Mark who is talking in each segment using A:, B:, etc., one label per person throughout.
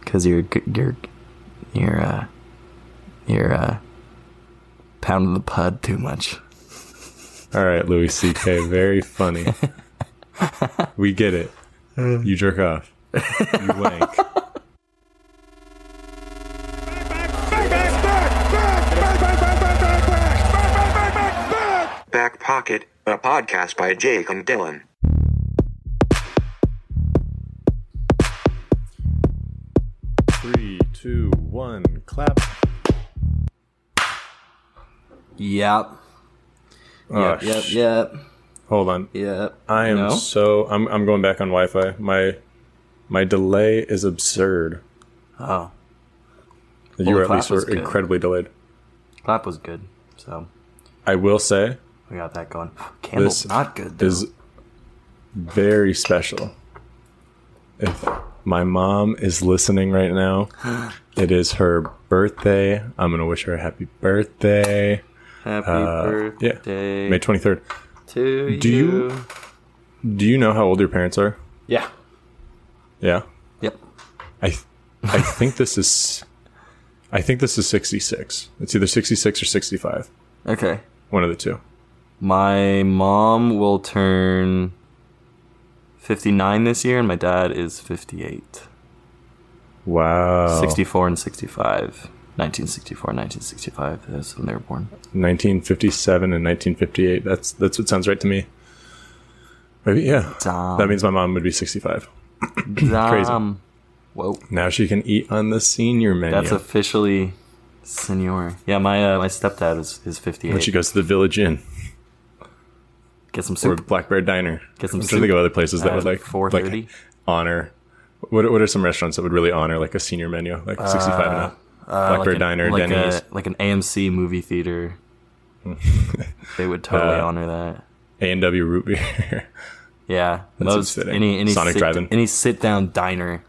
A: because you're you're you're uh you're uh pounding the pud too much.
B: All right, Louis C.K. Very funny. we get it. You jerk off. You wank.
C: Back Pocket, a podcast by Jake and Dylan.
B: Three, two, one, clap.
A: Yep.
B: Oh,
A: Yep. Yep.
B: sh-
A: Yep.
B: Hold on.
A: Yep.
B: I am
A: No?
B: so I'm I'm going back on Wi-Fi. My my delay is absurd.
A: Oh,
B: you
A: the
B: at
A: clap
B: least
A: was
B: were
A: good.
B: incredibly delayed.
A: clap was good. So
B: I will say
A: we got that going. Campbell's
B: This
A: not good. Though.
B: is very special. If my mom is listening right now, it is her birthday. I'm gonna wish her a happy birthday.
A: Happy
B: Uh, yeah,
A: birthday
B: May 23rd.
A: to
B: Do you-
A: you.
B: Do you know how old your parents are?
A: Yeah.
B: Yeah,
A: Yep.
B: I th- I think this is I think this is 66. It's either 66 or 65.
A: Okay.
B: One of the two.
A: My mom will turn 59 this year, and my dad is 58.
B: Wow.
A: 64 and 65. 1964, 1965. That's when they were born.
B: 1957 and 1958. That's that's what sounds right to me. Maybe yeah.
A: Damn.
B: That means my mom would be 65.
A: Damn. Whoa.
B: Now she can eat on the senior menu.
A: That's officially senior. Yeah, my uh, my stepdad is, is 58.
B: when she goes to the Village Inn
A: Get some
B: or
A: soup.
B: Black Bear Diner.
A: Get some
B: I'm trying to
A: soup
B: think of other places that
A: at
B: would like
A: 4:30?
B: like honor. What what are some restaurants that would really honor like a senior menu like 65 and up? Black
A: Uh, like
B: Bear
A: an-
B: Diner,
A: like
B: Denny's.
A: A, like an AMC movie theater. they would totally
B: Uh,
A: honor that.
B: A and W root beer.
A: Yeah,
B: That's
A: most
B: upsetting.
A: any any
B: Sonic
A: sit,
B: Drive-In.
A: any sit down diner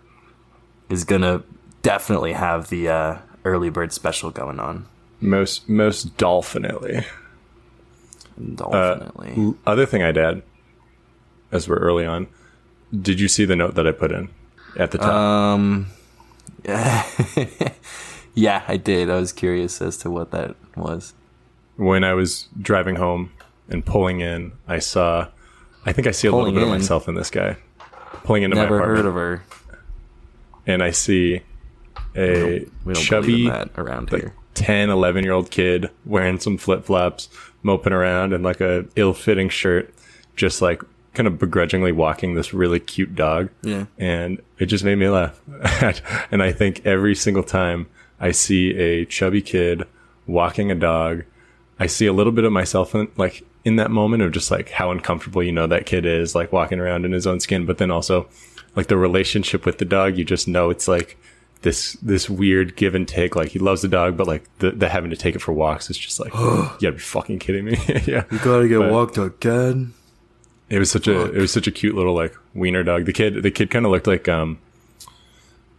A: is gonna definitely have the uh, early bird special going on.
B: most most dolphinately. Uh,
A: Definitely.
B: L- Other thing I'd add, as we're early on, did you see the note that I put in at the top?
A: um, yeah, I did. I was curious as to what that was.
B: when I was driving home and pulling in, I saw, I think I see a little
A: Pulling
B: bit of
A: in?
B: myself in this guy, pulling into
A: Never
B: my apartment,
A: heard of her.
B: and I see a
A: We don't
B: chubby,
A: believe in that around
B: like
A: here.
B: 10, 11 year old kid wearing some flip flops, moping around in like a ill fitting shirt, just like kind of begrudgingly walking this really cute dog.
A: Yeah.
B: and it just made me laugh. and I think every single time I see a chubby kid walking a dog, I see a little bit of myself in like in that moment of just like how uncomfortable you know that kid is like walking around in his own skin, but then also like the relationship with the dog, you just know it's like this this weird give and take. Like he loves the dog, but like the, the having to take it for walks is just like you gotta be fucking kidding me. yeah.
A: Gotta get
B: But-
A: walked again.
B: It was such a it was such a cute little like wiener dog. The kid the kid kind of looked like um,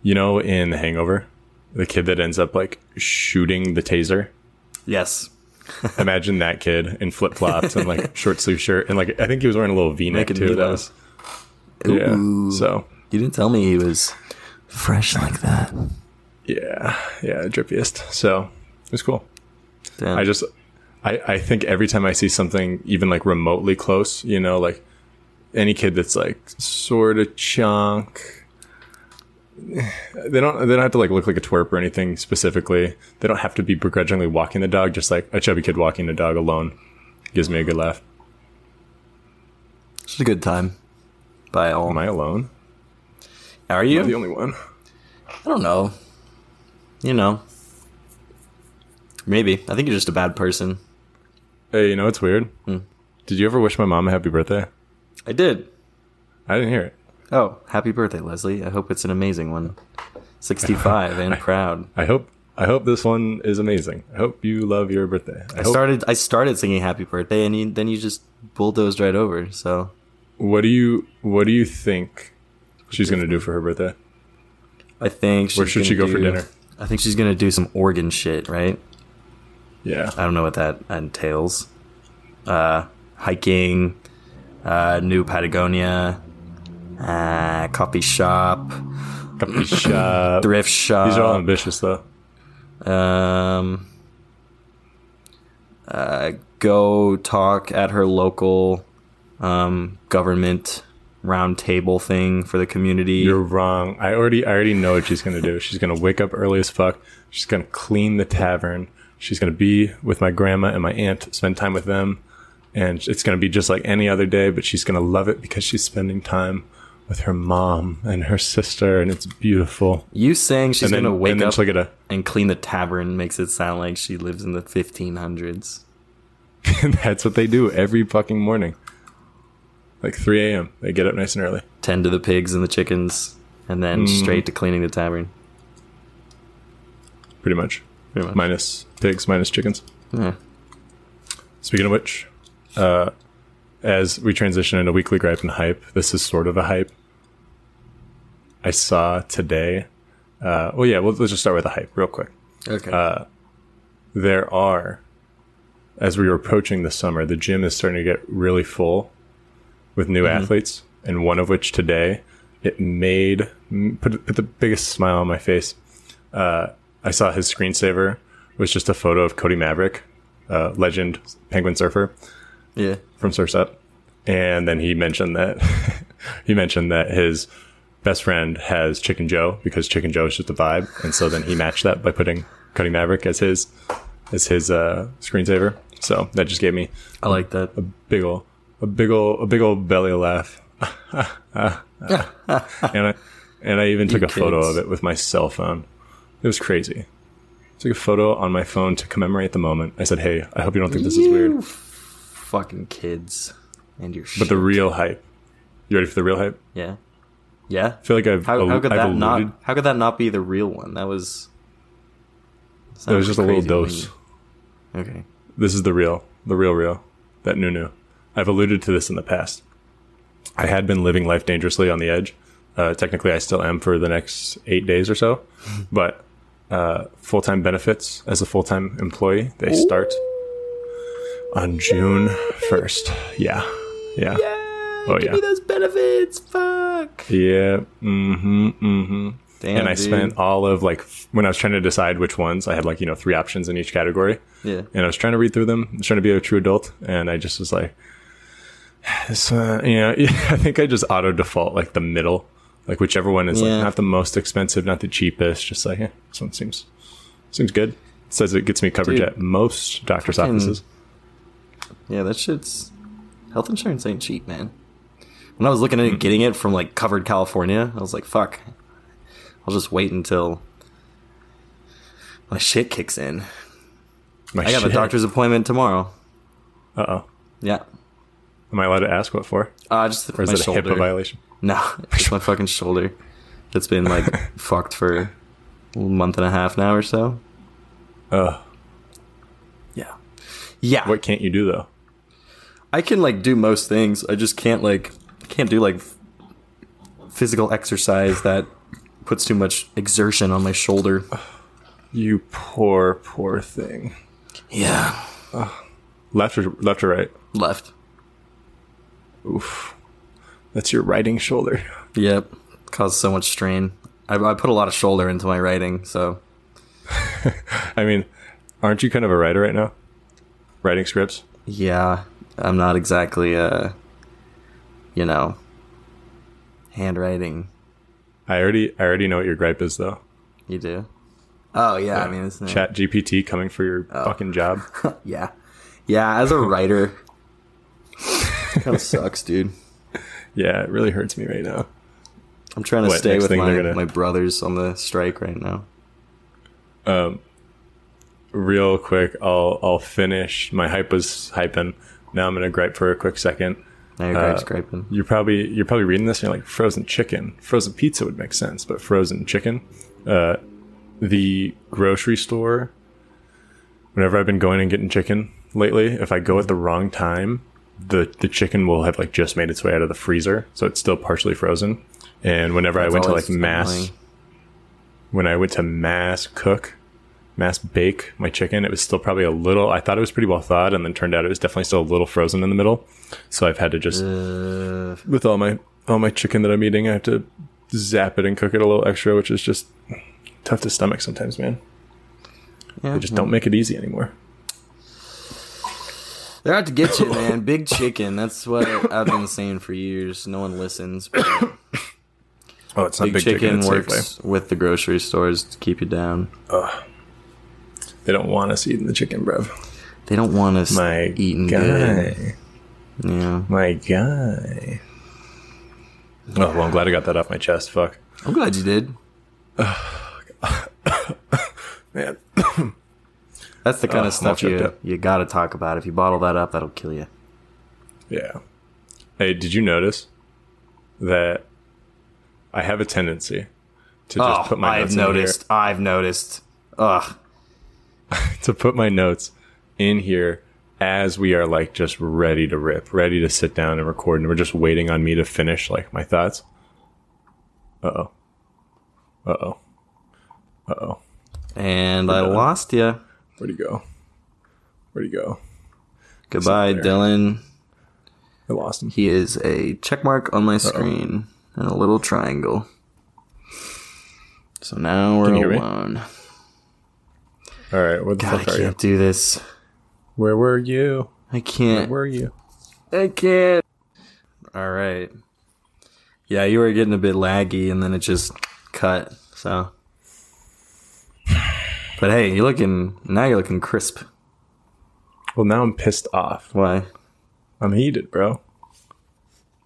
B: you know, in The Hangover, the kid that ends up like shooting the taser.
A: Yes.
B: Imagine that kid in flip flops and like short sleeve shirt and like I think he was wearing a little V neck
A: Making me
B: too. That was
A: laugh.
B: yeah.
A: Ooh.
B: So
A: You didn't tell me he was fresh like that.
B: yeah yeah drippiest. So it was cool.
A: Damn.
B: I just I, I think every time I see something even like remotely close, you know, like any kid that's like sort of chunk they don't they don't have to like look like a twerp or anything specifically. They don't have to be begrudgingly walking the dog, just like a chubby kid walking the dog alone gives me a good laugh.
A: It's a good time. By all.
B: Am I alone?
A: Are
B: Am I the
A: you?
B: only one?
A: I don't know. You know. Maybe. I think you're just a bad person.
B: Hey, you know what's weird? Did you ever wish my mom a happy birthday?
A: I did.
B: I didn't hear it.
A: Oh, happy birthday, Leslie. I hope it's an amazing one. 65 and proud.
B: I hope I hope this one is amazing. I hope you love your birthday. I
A: I
B: hope,
A: started I started singing happy birthday and you, then you just bulldozed right over. So,
B: What do you What do you think she's gonna do for her birthday?
A: I think
B: Where should
A: she's
B: she
A: gonna
B: go for
A: do-
B: dinner?
A: I think she's going to do some organ shit, right?
B: Yeah,
A: I don't know what that entails. Uh, hiking, uh, new Patagonia, uh, coffee shop,
B: Coffee shop.
A: Thrift shop.
B: These are uh, all ambitious though.
A: Um, uh, go talk at her local um, government roundtable thing for the community.
B: You're wrong. I already I already know what she's gonna do. She's gonna wake up early as fuck. She's gonna clean the tavern. She's gonna be with my grandma and my aunt, spend time with them, and it's gonna be just like any other day. But she's gonna love it because she's spending time with her mom and her sister, and it's beautiful.
A: you saying she's
B: and then
A: gonna wake
B: and then
A: up
B: she'll get a.
A: and clean the tavern makes it sound like she lives in the 1500s.
B: that's what they do every fucking morning, like 3 a.m. They get up nice and early.
A: Tend to the pigs and the chickens, and
B: Hmm.
A: then straight to cleaning the tavern.
B: pretty much.
A: Pretty much.
B: Minus pigs, minus chickens.
A: Yeah.
B: Speaking of which, uh, as we transition into weekly gripe and hype, this is sort of a hype. I saw today. Uh, well, yeah, well, let's just start with the hype real quick.
A: Okay.
B: Uh, There are, as we were approaching the summer, the gym is starting to get really full with new athletes, and one of which today it made m- put, put the biggest smile on my face. Uh, I saw his screensaver was just a photo of Cody Maverick, uh, legend penguin surfer
A: yeah.
B: from Surfset, and then he mentioned that he mentioned that his best friend has Chicken Joe because Chicken Joe is just a vibe, and so then he matched that by putting Cody Maverick as his as his uh, screensaver. So that just gave me
A: I like that.
B: big ol' a big ol' a big ol' belly laugh. and I and I even took a photo
A: kids.
B: of it with my cell phone. It was crazy. Took a photo on my phone to commemorate the moment. I said, "Hey, I hope you don't think this is weird."
A: You Fucking kids and your
B: But
A: shit.
B: the real hype. You ready for the real hype?
A: yeah. Yeah.
B: I feel like I've
A: How, how
B: al-
A: could
B: I've
A: that
B: alluded-
A: not? How could that not be the real one? That was.
B: It was just a little
A: crazy to
B: dose.
A: me. Okay.
B: This is the real, the real, real. That new, new. I've alluded to this in the past. I had been living life dangerously on the edge. Uh, technically, I still am for the next eight days or so. But uh, full time benefits as a full time employee, they start on June 1st. Yeah. Yeah. Oh, yeah.
A: Eh, those benefits. Fuck.
B: Yeah. Mm hmm. Mm hmm.
A: Damn,
B: and I
A: Oh, dude.
B: spent all of like f- when I was trying to decide which ones, I had like you know three options in each category,
A: Yeah.
B: and I was trying to read through them. I was trying to be a true adult, and I just was like, this, uh, you know, I think I just auto default like the middle, like whichever one is
A: Yeah.
B: like not the most expensive, not the cheapest, just like eh, this one seems seems good. It says it gets me coverage
A: Dude.
B: at most doctors'
A: Fucking-
B: offices.
A: Yeah. That shit's. Health insurance ain't cheap, man. When I was looking at
B: Mm.
A: getting it from like covered California, I was like, "Fuck." I'll just wait until my shit kicks in.
B: My
A: I have a doctor's appointment tomorrow.
B: Uh oh.
A: Yeah.
B: Am I allowed to ask what for?
A: Uh, just
B: Or is
A: my
B: it a
A: shoulder.
B: HIPAA violation?
A: No, it's my fucking shoulder. It's been like fucked for a month and a half now or so.
B: Uh,
A: Yeah. Yeah.
B: what can't you do though?
A: I can like do most things. I just can't like can't do like physical exercise that puts too much exertion on my shoulder.
B: You poor, poor thing.
A: Yeah.
B: Left or left or right?
A: Left.
B: Oof. That's your writing shoulder.
A: Yep. Caused so much strain. I, I put a lot of shoulder into my writing, so
B: I mean, aren't you kind of a writer right now? Writing scripts?
A: yeah, I'm not exactly uh you know handwriting.
B: I already I already know what your gripe is though.
A: You do? Oh yeah, I mean it's
B: Chat GPT coming for your fucking job.
A: yeah. Yeah, as a writer kind of sucks, dude.
B: Yeah, it really hurts me right now.
A: I'm trying to
B: What,
A: stay
B: next
A: with
B: thing
A: my,
B: they're gonna-
A: my brothers on the strike right now.
B: Real quick, I'll I'll finish. My hype was hyping. Now I'm gonna gripe for a quick second.
A: Now you're
B: Uh,
A: grape scraping.
B: You're probably you're probably reading this and you're like frozen chicken. Frozen pizza would make sense, but frozen chicken. Uh, the grocery store. Whenever I've been going and getting chicken lately, if I go at the wrong time, the the chicken will have like just made its way out of the freezer, so it's still partially frozen. And whenever I
A: That's
B: went to
A: always
B: like mass,
A: annoying.
B: when I went to mass cook, mass bake my chicken, it was still probably a little. I thought it was pretty well thawed, and then turned out it was definitely still a little frozen in the middle. So I've had to just
A: Uh,
B: with all my all my chicken that I'm eating, I have to zap it and cook it a little extra, which is just tough to stomach sometimes, man.
A: Yeah,
B: They just don't make it easy anymore.
A: They're out to get you, man. Big chicken. That's what I've been saying for years. No one listens. But
B: Oh, it's not
A: big,
B: big,
A: chicken,
B: it's Safeway.
A: works with the grocery stores to keep you down.
B: They don't want us eating the chicken, bruv.
A: They don't want us
B: My
A: eating
B: guy.
A: good. Yeah.
B: My guy. Oh, well, I'm glad I got that off my chest. Fuck.
A: I'm glad you did.
B: Man.
A: That's the kind
B: Oh,
A: of stuff
B: I'm all choked
A: you,
B: up.
A: you got to talk about. If you bottle that up, that'll kill you.
B: Yeah. Hey, did you notice that I have a tendency to just
A: oh,
B: put my
A: I've
B: notes in here-
A: noticed. I've noticed. Ugh.
B: to put my notes in here as we are like just ready to rip, ready to sit down and record, and we're just waiting on me to finish like my thoughts. Uh oh. Uh oh. Uh oh.
A: And I lost you.
B: Where'd he go? Where'd he go?
A: Goodbye, Dylan.
B: I lost him.
A: He is a check mark on my screen and a little triangle. So now we're
B: Can you hear me?
A: alone.
B: All right, where the
A: God, I
B: fuck are
A: can't
B: you?
A: do this.
B: Where were you?
A: I can't.
B: Where were you?
A: I can't. All right. Yeah, you were getting a bit laggy, and then it just cut. So, but hey, you're looking now. You're looking crisp.
B: Well, now I'm pissed off.
A: Why?
B: I'm heated, bro.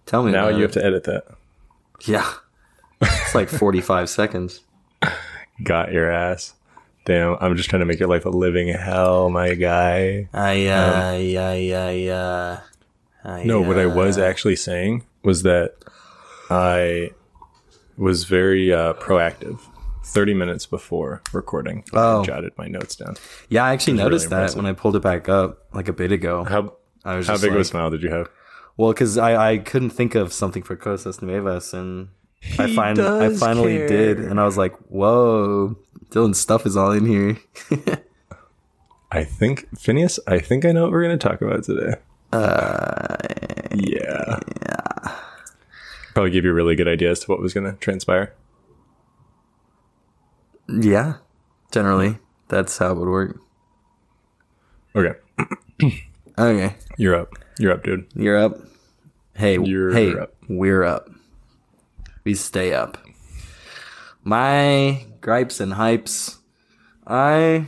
A: Tell me
B: Now
A: about
B: you
A: it.
B: have to edit that.
A: Yeah, it's like 45 seconds.
B: Got your ass. Damn, I'm just trying to make your life a living hell, my guy.
A: I, uh, yeah, yeah, yeah. I,
B: Um, No, what I
A: uh,
B: was actually saying was that I was very uh, proactive. Thirty minutes before recording,
A: Oh.
B: I jotted my notes down.
A: Yeah, I actually
B: really
A: noticed that
B: impressive.
A: when I pulled it back up like a bit ago.
B: How
A: I was
B: how
A: just
B: big of a
A: like-
B: smile did you have?
A: Well, because I, I couldn't think of something for Cosas Nuevas, and I
B: He
A: find I
B: does
A: finally
B: care.
A: did, and I was like, "Whoa, Dylan's stuff is all in here."
B: I think Phineas. I think I know what we're going to talk about today. Uh, yeah. Probably give you a really good idea as to what was going to transpire.
A: yeah, generally that's how it would work.
B: Okay,
A: Okay,
B: you're up. You're up, dude.
A: you're up. Hey,
B: You're
A: hey,
B: up.
A: we're up. We stay up. My gripes and hypes. I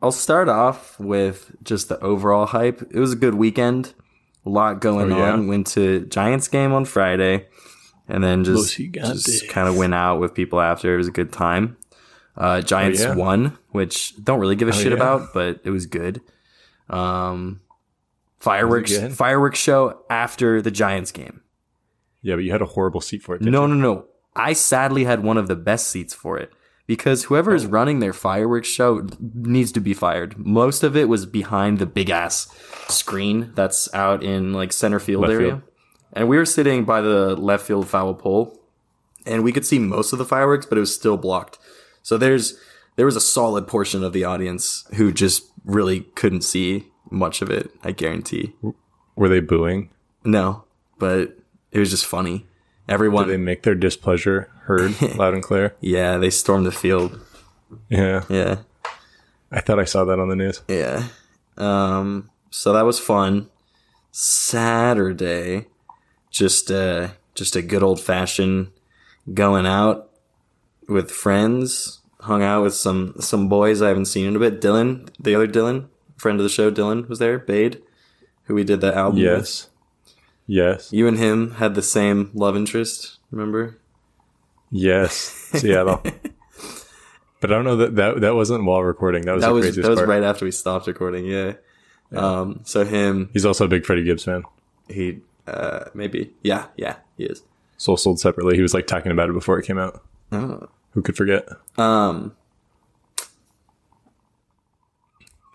A: I'll start off with just the overall hype. It was a good weekend. A lot going
B: Oh, yeah?
A: on. Went to Giants game on Friday and then just,
B: Los Gigantes.
A: just kind of went out with people after. It was a good time. Uh, Giants
B: Oh, yeah? Oh,
A: won, which don't really give a shit
B: yeah?
A: about, but it was good. Um, fireworks
B: good?
A: fireworks show after the Giants game.
B: Yeah, but you had a horrible seat for it. didn't
A: No, no, no. I sadly had one of the best seats for it because whoever
B: Oh.
A: is running their fireworks show needs to be fired. Most of it was behind the big ass screen that's out in like center field
B: Left
A: area.
B: field.
A: And we were sitting by the left field foul pole and we could see most of the fireworks, but it was still blocked. So there's there was a solid portion of the audience who just really couldn't see much of it, I guarantee.
B: Were they booing?
A: No, but it was just funny. Everyone
B: Did they make their displeasure heard loud and clear?
A: Yeah, they stormed the field.
B: Yeah.
A: Yeah,
B: I thought I saw that on the news.
A: yeah. Um, so that was fun. Saturday, just uh, just a good old fashioned going out with friends. Hung out with some some boys I haven't seen in a bit. Dylan, the other Dylan, friend of the show, Dylan was there. Bade, who we did the album. with.
B: Yes. Yes.
A: you and him had the same love interest. Remember?
B: Yes. Seattle. but I don't know that that, that wasn't while recording. That was
A: That
B: the
A: was
B: craziest
A: that was
B: part.
A: right after we stopped recording. Yeah. Um. So him,
B: He's also a big Freddie Gibbs fan.
A: he, uh, maybe. Yeah. Yeah. He is.
B: Soul sold separately. He was like talking about it before it came out.
A: Oh.
B: Who could forget?
A: Um,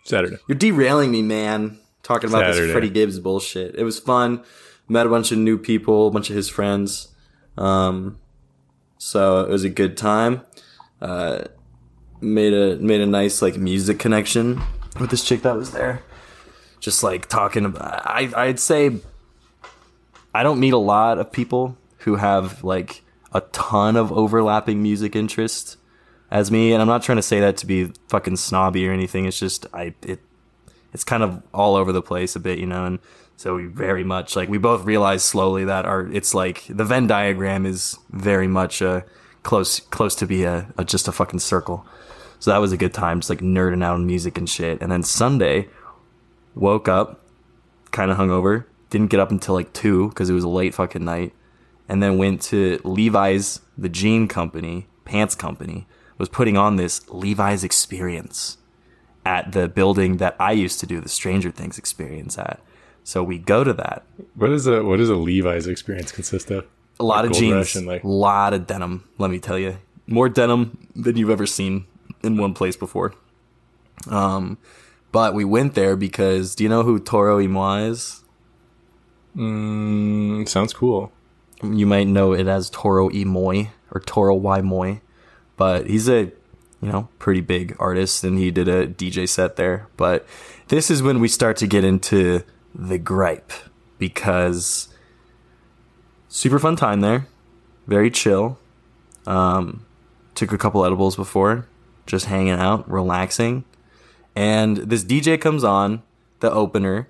B: Saturday.
A: you're derailing me, man. Talking about this
B: Saturday.
A: Freddie Gibbs bullshit. It was fun. Met a bunch of new people, a bunch of his friends. Um, so it was a good time. Uh, made a made a nice like music connection with this chick that was there. Just like talking about, I I'd say I don't meet a lot of people who have like a ton of overlapping music interest as me, and I'm not trying to say that to be fucking snobby or anything. It's just I it it's kind of all over the place a bit, you know, and so we very much like we both realize slowly that our it's like the Venn diagram is very much uh close close to be a, a just a fucking circle. So that was a good time, just like nerding out on music and shit. And then Sunday, woke up, kind of hungover, didn't get up until like two because it was a late fucking night, and then went to Levi's, the jean company, pants company, was putting on this Levi's experience at the building that I used to do the Stranger Things experience at. So we go to that.
B: What is a what does a Levi's experience consist of?
A: A lot of
B: Gold
A: jeans,
B: Rush
A: a
B: and, like-
A: lot of denim. Let me tell you, more denim than you've ever seen in one place before. Um, but we went there because do you know who Toro Imoa is?
B: Mm, sounds cool.
A: you might know it as Toro E Moy or Toro Y Moy, but he's a you know pretty big artist and he did a DJ set there. But this is when we start to get into the gripe because super fun time there, very chill. Um, took a couple edibles before, just hanging out, relaxing, and this DJ comes on the opener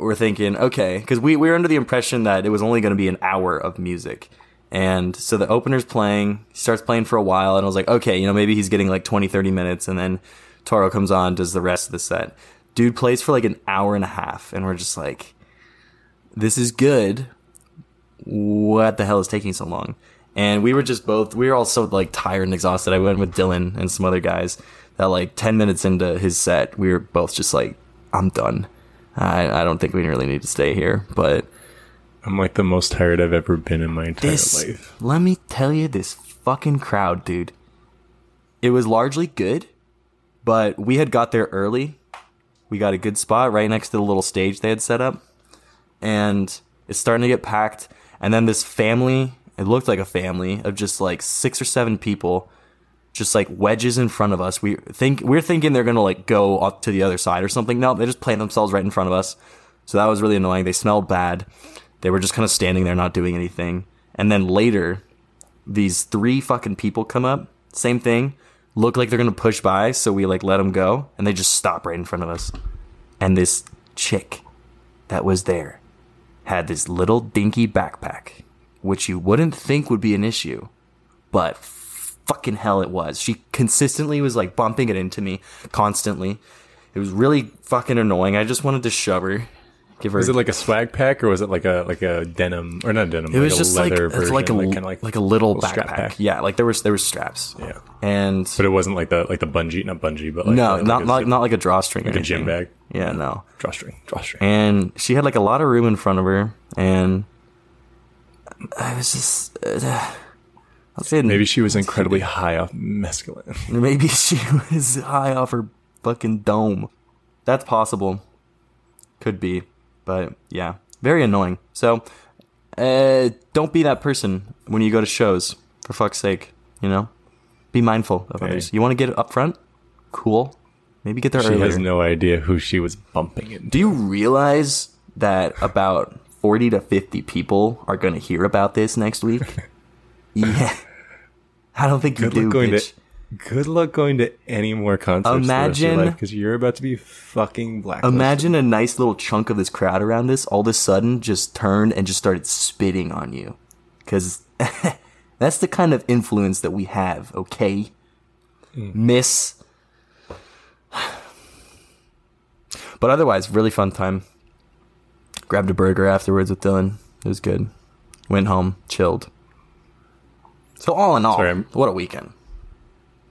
A: we're thinking, okay, because we, we were under the impression that it was only going to be an hour of music. And so the opener's playing, he starts playing for a while, and I was like, okay, you know, maybe he's getting like 20, 30 minutes, and then Toro comes on, does the rest of the set. Dude plays for like an hour and a half, and we're just like, this is good. What the hell is taking so long? And we were just both, we were all so like tired and exhausted. I went with Dylan and some other guys that like 10 minutes into his set, we were both just like, I'm done. I, I don't think we really need to stay here, but
B: I'm like the most tired I've ever been in my entire
A: this,
B: life.
A: let me tell you, this fucking crowd, dude. It was largely good, but we had got there early. We got a good spot right next to the little stage they had set up, and it's starting to get packed. And then this family, it looked like a family of just like six or seven people, just like wedges in front of us. We think we're thinking they're gonna like go up to the other side or something. No, they just plant themselves right in front of us. So that was really annoying. They smelled bad. They were just kind of standing there, not doing anything. And then later, these three fucking people come up. Same thing. Look like they're gonna push by, so we like let them go, and they just stop right in front of us. And this chick that was there had this little dinky backpack, which you wouldn't think would be an issue, but fucking hell it was. She consistently was like bumping it into me constantly. It was really fucking annoying. I just wanted to shove her. Give her
B: Is it like a swag pack or was it like a like a denim or not denim?
A: it was just like
B: leather
A: it's like a
B: version,
A: like,
B: kinda
A: like, a little,
B: strap
A: backpack.
B: pack.
A: Yeah, like there was there was straps.
B: Yeah.
A: And
B: But it wasn't like the like the bungee, not bungee, but like
A: no,
B: like
A: not
B: a
A: not
B: zip-
A: not like a drawstring, like
B: a gym bag.
A: Yeah, no.
B: drawstring, drawstring.
A: And she had like a lot of room in front of her, and I was just, uh, I'll say
B: Maybe she was incredibly high off mescaline.
A: Maybe she was high off her fucking dome. That's possible. Could be. But yeah, very annoying. So, uh, don't be that person when you go to shows, for fuck's sake. You know? Be mindful of others. You want to get up front? Cool. Maybe get there
B: She
A: earlier.
B: has no idea who she was bumping into.
A: Do you realize that about 40 to 50 people are going to hear about this next week? yeah. I don't think you
B: good luck
A: do,
B: going
A: bitch.
B: to good luck going to any more concerts
A: Imagine-
B: because you're about to be fucking blacklisted.
A: Imagine a nice little chunk of this crowd around this all of a sudden just turned and just started spitting on you. Because that's the kind of influence that we have, okay?
B: Hmm.
A: Miss. But otherwise, really fun time. Grabbed a burger afterwards with Dylan. It was good. Went home, chilled. So, all in all,
B: Sorry, I'm-
A: what a weekend.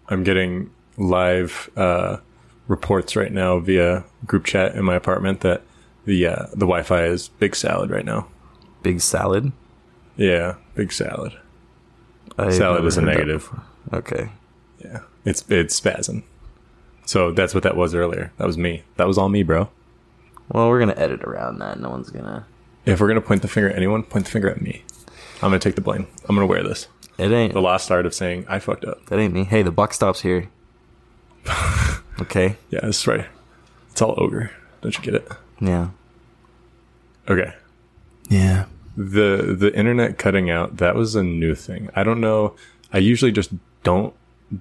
B: I'm getting live uh, reports right now via group chat in my apartment that the uh, the Wi-Fi is big salad right now.
A: Big salad.
B: Yeah, big salad.
A: I've
B: Salad
A: never
B: is a
A: heard that
B: negative.
A: before. Okay.
B: Yeah, it's it's spasm. So that's what that was earlier. That was me. That was all me, bro.
A: Well, we're going to edit around that. No one's going to.
B: If we're gonna point the finger at anyone, point the finger at me. I'm gonna take the blame. I'm gonna wear this.
A: It ain't.
B: The lost art of saying I fucked up.
A: That ain't me. Hey, the buck stops here. okay.
B: Yeah, that's right. It's all ogre. Don't you get it?
A: Yeah.
B: Okay.
A: Yeah.
B: the the internet cutting out that was a new thing. I don't know. I usually just don't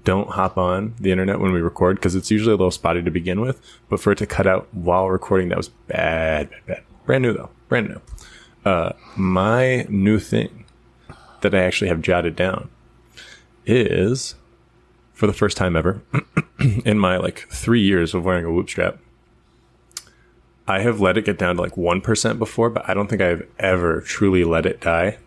B: don't hop on the internet when we record because it's usually a little spotty to begin with. But for it to cut out while recording, that was bad, bad, bad. Brand new though, brand new. Uh, my new thing that I actually have jotted down is for the first time ever in my like three years of wearing a whoop strap. I have let it get down to like 1% before, but I don't think I've ever truly let it die.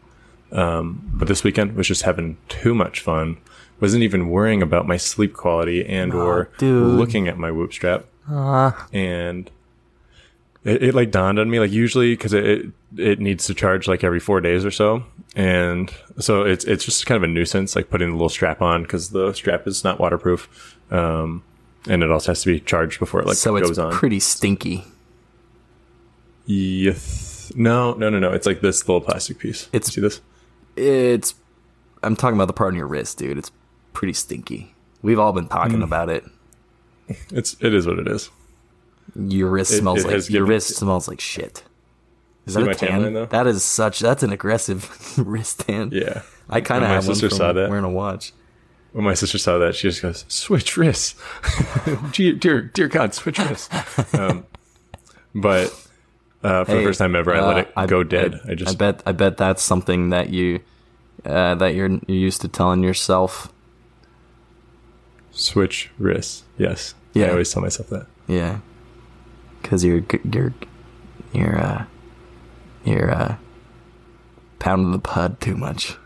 B: Um, but this weekend was just having too much fun. Wasn't even worrying about my sleep quality and or
A: dude.
B: looking at my whoop strap. And it, it like dawned on me like usually because it, it it needs to charge like every four days or so and so it's it's just kind of a nuisance like putting the little strap on because the strap is not waterproof um and it also has to be charged before it like
A: so
B: goes
A: it's
B: on
A: pretty stinky.
B: yes no no no no it's like this little plastic piece
A: It's-
B: see this
A: It's. I'm talking about the part on your wrist, dude. It's pretty stinky. We've all been
B: Mm.
A: talking about it.
B: it's it is what it is
A: Your wrist
B: It-
A: smells
B: it
A: like
B: has
A: your
B: given-
A: wrist smells like shit. Is
B: See
A: that
B: my
A: a
B: tan
A: tan?
B: line, though?
A: that is such. That's an aggressive wrist tan.
B: yeah
A: I kind
B: And
A: of
B: my
A: have one
B: sister
A: from
B: saw that.
A: wearing a watch.
B: when my sister saw that, she just goes, "Switch wrists, dear, dear, dear God, switch wrists." Um, but uh, for the
A: Hey,
B: first time ever, I let
A: uh,
B: it go dead. I, just
A: I bet. I bet that's something that you. Uh, that you're, you're used to telling yourself.
B: switch wrists. Yes, I
A: Yeah.
B: always tell myself that.
A: Yeah. Cause you're g- you're you're uh you're uh pounding the pud too much.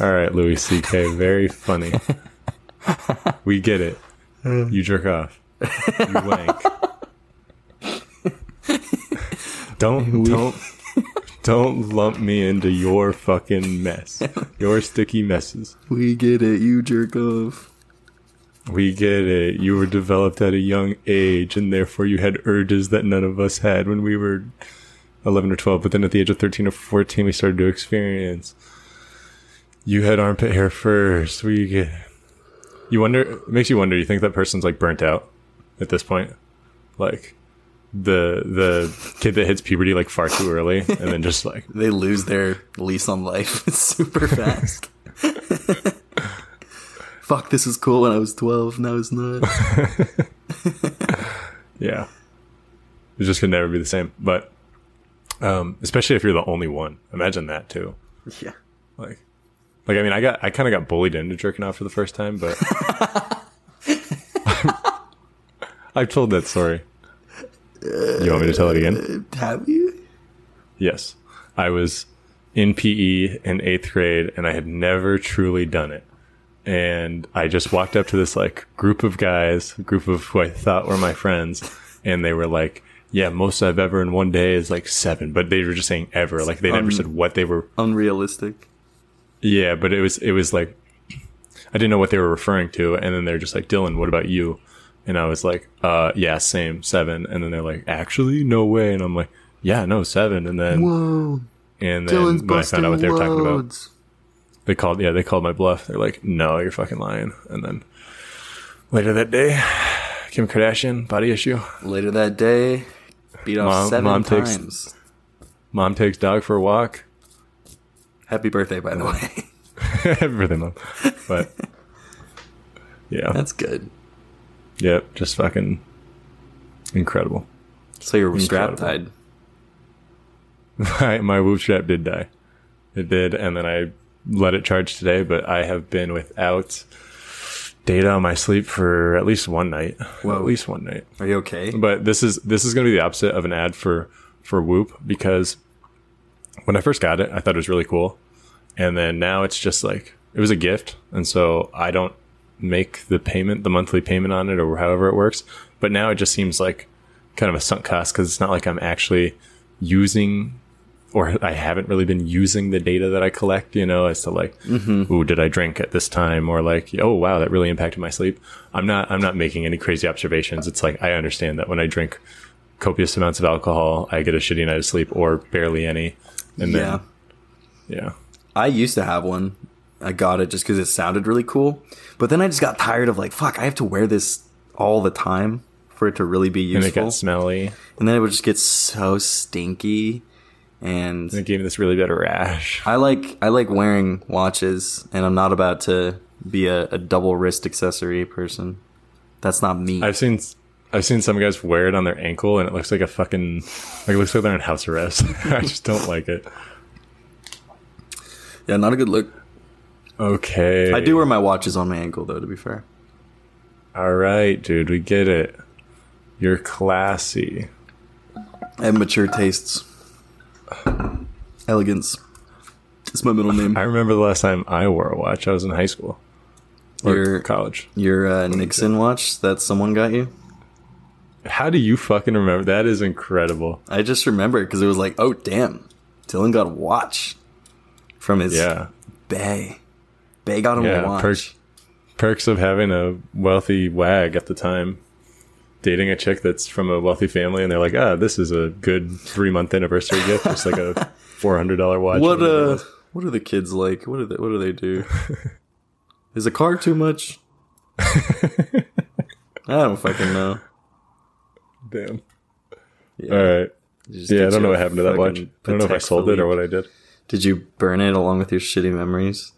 B: All right, Louis C.K., very funny. we get it. You jerk off. You wank. don't don't don't lump me into your fucking mess. Your sticky messes.
A: We get it, you jerk off.
B: We get it. You were developed at a young age, and therefore you had urges that none of us had when we were 11 or 12. But then at the age of 13 or 14, we started to experience. You had armpit hair first. We get it. You wonder, it makes you wonder, you think that person's like burnt out at this point? Like the the kid that hits puberty like far too early and then just like
A: They lose their lease on life super fast. Fuck, this was cool when I was twelve. Now it's not.
B: Yeah. It just could never be the same. But um, especially if you're the only one. Imagine that too.
A: yeah.
B: Like like I mean I got I kinda got bullied into jerking off for the first time, but I've told that story. You want me to tell it again?
A: Have you?
B: Yes. I was in PE in eighth grade and I had never truly done it. And I just walked up to this like group of guys, group of who I thought were my friends, and they were like, Yeah, most I've ever in one day is like seven, but they were just saying ever. Like they never said what they were
A: Unrealistic.
B: yeah, but it was it was like I didn't know what they were referring to, and then they're just like, Dylan, what about you? And I was like, uh, yeah, same, seven. And then they're like, actually, no way. And I'm like, yeah, no, seven. And then
A: Whoa.
B: and then when I found out what they were talking about, they called yeah, they called my bluff. They're like, no, you're fucking lying. And then later that day, Kim Kardashian body issue.
A: Later that day, beat off
B: Mom-
A: seven
B: mom takes-
A: times.
B: Mom takes dog for a walk.
A: Happy birthday, by the way.
B: Everything, mom. But yeah,
A: That's good.
B: yep, just fucking incredible.
A: So your strap
B: Incredible.
A: tied.
B: my my whoop strap did die. It did, and then I let it charge today. But I have been without data on my sleep for at least one night. Well, at least one night.
A: Are you okay?
B: But this is this is going to be the opposite of an ad for for Whoop because when I first got it, I thought it was really cool, and then now it's just like it was a gift, and so I don't make the payment, the monthly payment on it, or however it works. But now it just seems like kind of a sunk cost because it's not like I'm actually using or I haven't really been using the data that I collect, you know, as to like, ooh, did I drink at this time, or like, oh wow, that really impacted my sleep. I'm not, I'm not making any crazy observations. It's like I understand that when I drink copious amounts of alcohol, I get a shitty night of sleep or barely any, and
A: Yeah.
B: then yeah,
A: I used to have one. I got it just because it sounded really cool. But then I just got tired of like, fuck, I have to wear this all the time for it to really be
B: and it
A: useful.
B: got smelly.
A: and then it would just get so stinky. and
B: It gave me this really bad rash.
A: I like I like wearing watches, and I'm not about to be a, a double wrist accessory person. That's not me.
B: I've seen I've seen some guys wear it on their ankle, and it looks like a fucking like it looks like they're in house arrest. I just don't like it.
A: yeah, not a good look.
B: Okay,
A: I do wear my watches on my ankle though. To be fair,
B: All right, dude, we get it. You're classy.
A: I have mature tastes, elegance. It's my middle name.
B: I remember the last time I wore a watch. I was in high school or
A: You're-
B: college.
A: Your uh, Nixon watch that someone got you.
B: How do you fucking remember? That is incredible.
A: I just remember because it was like, oh damn, Dylan got a watch from his
B: Yeah,
A: bay. Bay got him
B: yeah.
A: a watch.
B: Perks perks of having a wealthy wag at the time. Dating a chick that's from a wealthy family, and they're like, "Ah, this is a good three month anniversary gift. It's like a four hundred dollar watch." or
A: What
B: whatever it
A: uh,
B: was."
A: what are the kids like? What do they What do they do? Is a car too much? I don't fucking know.
B: Damn.
A: uh, Yeah.
B: All right.
A: Just
B: Yeah, I
A: get
B: don't
A: you
B: know
A: a
B: what happened to that watch. I
A: fucking
B: don't know if I
A: Patek
B: sold it or
A: Philippe.
B: what I did.
A: Did you burn it along with your shitty memories?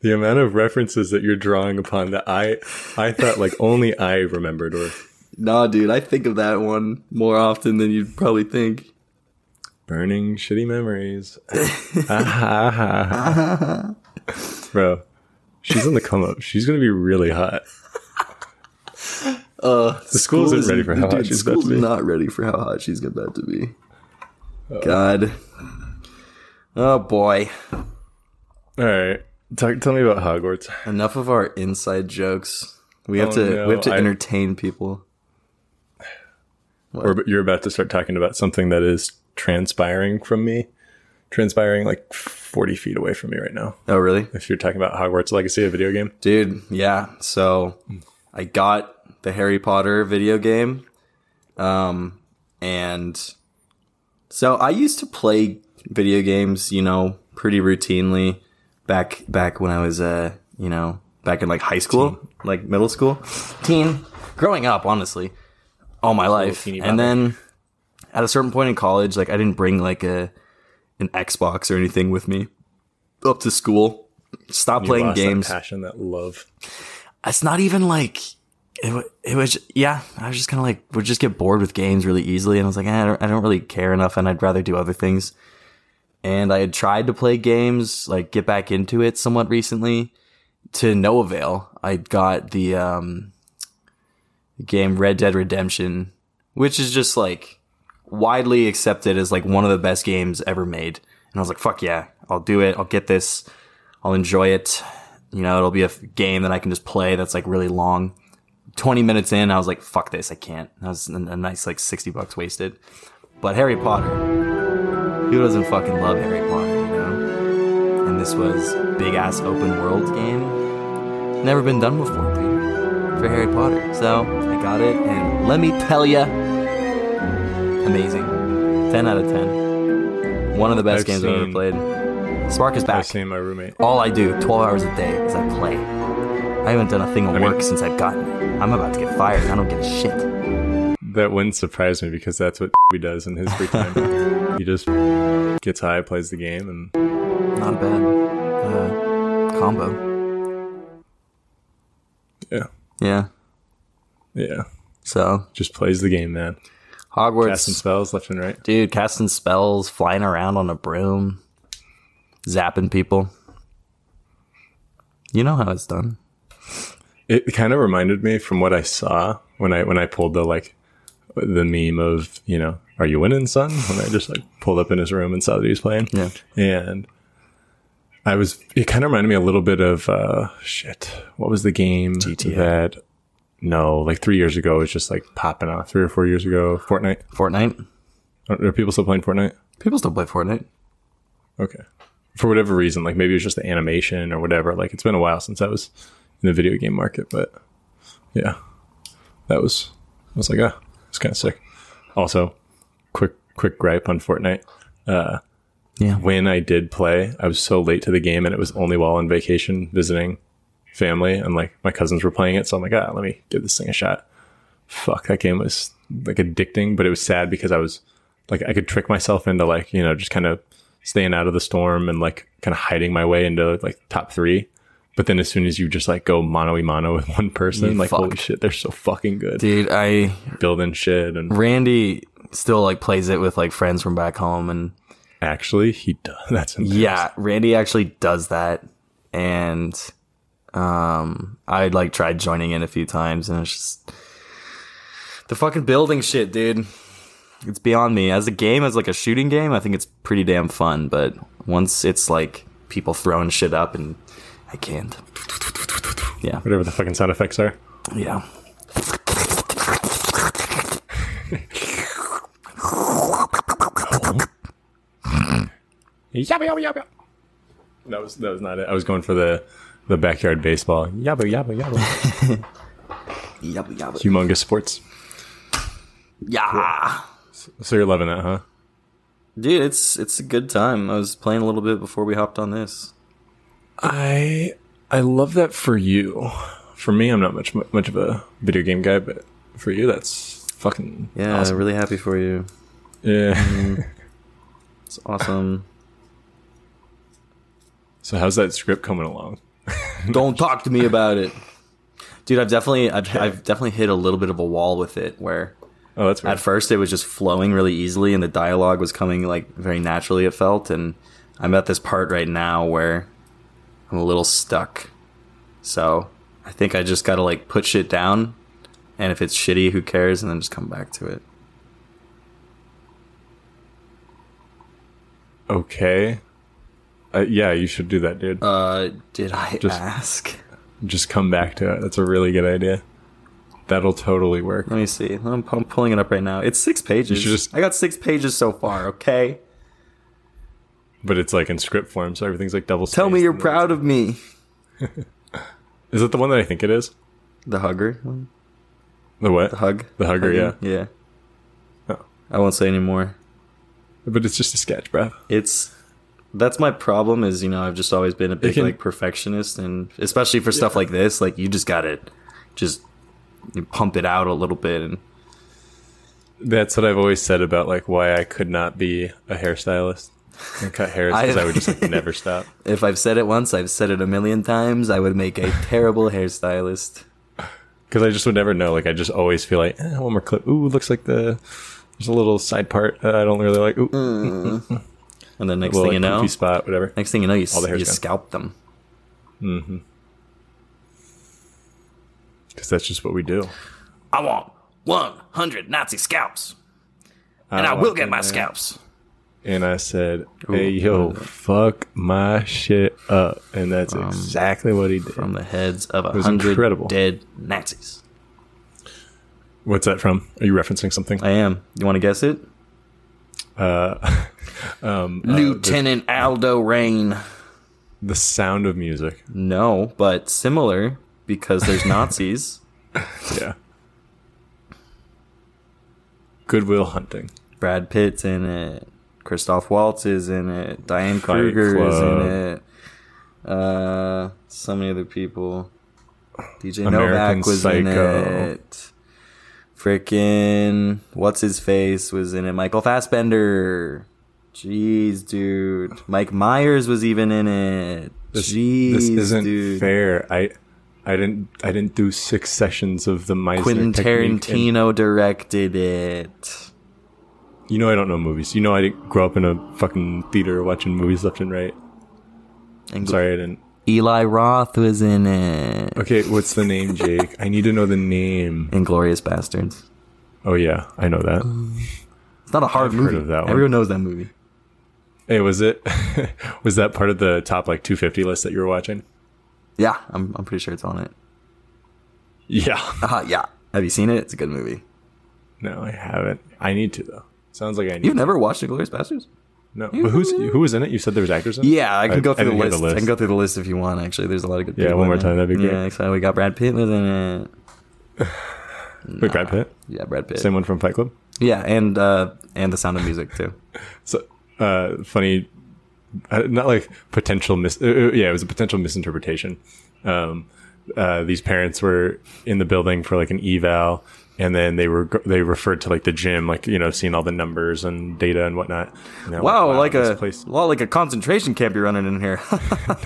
B: The amount of references that you're drawing upon that I I thought like only I remembered or
A: Nah, dude. I think of that one more often than you'd probably think.
B: burning shitty memories. Ah-ha-ha. Bro, she's in the come up. She's gonna be really hot.
A: Uh, the
B: school isn't ready for how hot she's about
A: school's
B: to be.
A: not ready for how hot she's about to be. God. Oh boy.
B: All right, talk. Tell me about Hogwarts.
A: Enough of our inside jokes. We have
B: Oh,
A: to
B: no,
A: we have to
B: I-
A: entertain people.
B: Or you're about to start talking about something that is transpiring from me, transpiring like 40 feet away from me right now.
A: Oh really?
B: If you're talking about Hogwarts Legacy, a video game.
A: Dude, yeah. So I got the Harry Potter video game. Um and so I used to play video games, you know, pretty routinely back back when I was uh, you know, back in like high school, like middle school, teen, growing up, honestly, all my life.
B: teeny
A: And then at a certain point in college, like I didn't bring like a an Xbox or anything with me up to school. Stop
B: You
A: playing
B: lost that
A: games
B: passion, that love.
A: it's not even like it, wa- it was yeah i was just kind of like would just get bored with games really easily and i was like eh, I, don't, I don't really care enough and i'd rather do other things and i had tried to play games like get back into it somewhat recently to no avail i got the um game red dead redemption which is just like widely accepted as like one of the best games ever made and i was like fuck yeah i'll do it i'll get this i'll enjoy it you know, it'll be a f- game that I can just play that's like really long. 20 minutes in, I was like, fuck this, I can't. That was a, a nice like 60 bucks wasted. But Harry Potter, who doesn't fucking love Harry Potter, you know? And this was big ass open world game. Never been done before, dude, for Harry Potter. So I got it, and let me tell ya, amazing. 10 out of 10. One of the best
B: I've
A: games I've ever
B: seen-
A: played. Spark is back.
B: I've seen my roommate.
A: All I do, 12 hours a day, is I play. I haven't done a thing of
B: I mean-
A: work since I've gotten it. I'm about to get fired. I don't give a shit.
B: That wouldn't surprise me because that's what he does in his free time. he just gets high, plays the game, and
A: Not a bad uh, combo.
B: yeah,
A: Yeah.
B: yeah,
A: So,
B: just plays the game, man.
A: Hogwarts.
B: Casting spells left and right.
A: Dude, casting spells, flying around on a broom, zapping people. You know how it's done.
B: It kind of reminded me from what I saw when I when I pulled the like the meme of you know are you winning son when I just like pulled up in his room and saw that he was playing.
A: Yeah.
B: and I was. It kind of reminded me a little bit of uh, shit. What was the game that? No, like three years ago, it was just like popping off. Three or four years ago, Fortnite.
A: Fortnite.
B: Are, are people still playing Fortnite?
A: People still play Fortnite.
B: Okay. For whatever reason, like maybe it was just the animation or whatever. Like it's been a while since I was in the video game market, but yeah, that was. I was like, ah, it's kind of sick. Also, quick quick gripe on Fortnite. Uh,
A: Yeah.
B: when I did play, I was so late to the game, and it was only while on vacation visiting family, and like my cousins were playing it. So I'm like, ah, let me give this thing a shot. fuck, that game was like addicting, but it was sad because I was like, I could trick myself into like, you know, just kind of staying out of the storm and like kind of hiding my way into like top three. But then as soon as you just like go mono y mono with one person,
A: You
B: like, holy
A: fuck.
B: shit, they're so fucking good.
A: Dude, I
B: Building shit. And
A: Randy still like plays it with like friends from back home and
B: actually, he does. That's embarrassing.
A: yeah, Randy actually does that and um I like tried joining in a few times and it's just the fucking building shit, dude. It's beyond me. As a game, as like a shooting game, I think it's pretty damn fun, but once it's like people throwing shit up and I can't. Yeah.
B: Whatever the fucking sound effects are.
A: Yeah.
B: Yabba yabba yabba. That was that was not it. I was going for the the backyard baseball. Yabba yabba yabba.
A: Yabba yabba.
B: Humongous sports.
A: Yeah.
B: So you're loving that, huh?
A: Dude, it's it's a good time. I was playing a little bit before we hopped on this.
B: I I love that for you. For me, I'm not much much of a video game guy, but for you, that's fucking
A: Yeah, really happy for you.
B: yeah.
A: It's awesome.
B: So how's that script coming along?
A: Don't talk to me about it. Dude, I've definitely I've, I've definitely hit a little bit of a wall with it where
B: Oh, that's weird.
A: at first it was just flowing really easily and the dialogue was coming like very naturally it felt and I'm at this part right now where I'm a little stuck. So, I think I just got to like put shit down and if it's shitty, who cares and then just come back to it.
B: okay. Uh, yeah, you should do that, dude.
A: Uh, did I
B: Just-
A: ask?
B: Just come back to it. That's a really good idea. That'll totally work.
A: Let me see. I'm, I'm pulling it up right now. It's six pages.
B: should just-
A: I got six pages so far. Okay.
B: But it's like in script form, so everything's like double.
A: Tell me you're proud of me.
B: Is it the one that I think it is?
A: The hugger one.
B: The what?
A: The hug.
B: The hugger,
A: Hugging? Yeah.
B: Oh.
A: I won't say anymore.
B: But it's just a sketch, bruv.
A: It's that's my problem. Is you know I've just always been a big
B: can-
A: like perfectionist, and especially for stuff like this, like you just got to just you pump it out a little bit. And
B: That's what I've always said about like why I could not be a hairstylist and cut hair because I,
A: I-
B: would just like never stop.
A: if I've said it once, I've said it a million times. I would make a terrible hairstylist.
B: Because I just would never know. Like I just always feel like eh, one more clip. Ooh, looks like the there's a little side part uh, I don't really like. Ooh,
A: And then next
B: little
A: thing
B: like,
A: Mm, you know,
B: poofy spot, whatever.
A: next thing you know, you,
B: the
A: s-
B: hair's
A: you
B: gone.
A: scalp them.
B: Because that's just what we do.
A: I want 100 Nazi scalps, Oh,
B: walked in there
A: scalps.
B: And I said, "Hey yo, fuck my shit up," and that's exactly what he did.
A: From the heads of a
B: was
A: hundred
B: incredible.
A: dead Nazis.
B: What's that from? Are you referencing something?
A: I am. You want to guess it? Uh, Lieutenant Aldo Rain.
B: The Sound of Music.
A: No, but similar because there's Nazis.
B: Yeah. Goodwill Hunting.
A: Brad Pitt's in it. Christoph Waltz is in it. Diane
B: Fight
A: Kruger is in
B: Club.
A: it. Uh, so many other people. DJ
B: American
A: Novak was
B: Psycho.
A: in it. Frickin' what's his face was in it. Michael Fassbender. Jeez, dude. Mike Myers was even in it. Jeez,
B: this isn't
A: dude.
B: fair. I I didn't I didn't do six sessions of the Meisner
A: Quentin
B: technique, and-
A: Tarantino directed it.
B: you know I don't know movies. You know I didn't grow up in a fucking theater watching movies left and right.
A: And
B: Sorry I didn't.
A: Eli Roth was in it.
B: Okay, what's the name, Jake? I need to know the name.
A: Inglorious Bastards.
B: Oh yeah, I know that.
A: It's not a hard movie.
B: of that one.
A: Everyone knows that movie.
B: Hey, was it was that part of the top like 250 list that you were watching?
A: Yeah, I'm, I'm pretty sure it's on it.
B: Yeah.
A: Uh, yeah. Have you seen it? It's a good movie.
B: No, I haven't. I need to though. Sounds like I need.
A: You've never watched Inglorious Bastards?
B: No, but who's who was in it? You said there was actors in it.
A: Yeah, I can go through the
B: didn't hear
A: list. I can go through the list if you want. Actually, there's a lot of good.
B: Yeah,
A: people
B: one
A: in
B: more
A: it.
B: time, that'd be
A: Yeah,
B: great.
A: so we got Brad Pitt was in it.
B: Wait, Brad Pitt,
A: Yeah, Brad Pitt.
B: same one from Fight Club.
A: Yeah, and uh, and The Sound of Music too.
B: Oh, So uh, funny, uh, not like potential mis. Uh, uh, yeah, it was a potential misinterpretation. Um, uh, these parents were in the building for like an eval, and then they were they referred to like the gym, like you know, seeing all the numbers and data and whatnot. And they were
A: Wow, like
B: this
A: a
B: place.
A: well, like a concentration camp you're running in here.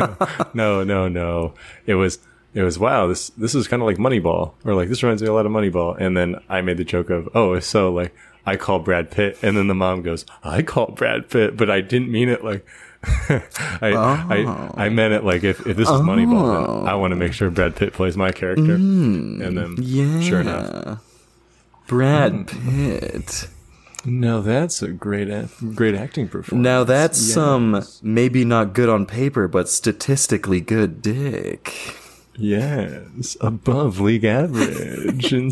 B: No, no, no. It was it was wow. This this is kind of like Moneyball, or like this reminds me a lot of Moneyball. And then I made the joke of oh, so like I call Brad Pitt, and then the mom goes I call Brad Pitt, but I didn't mean it like. I, I I meant it like if, if this is Moneyball, then I want to make sure Brad Pitt plays my character, and then sure enough,
A: Brad
B: Hmm.
A: Pitt.
B: No, that's a great a- great acting performance.
A: Now that's some maybe not good on paper, but statistically good dick.
B: yes, above league average in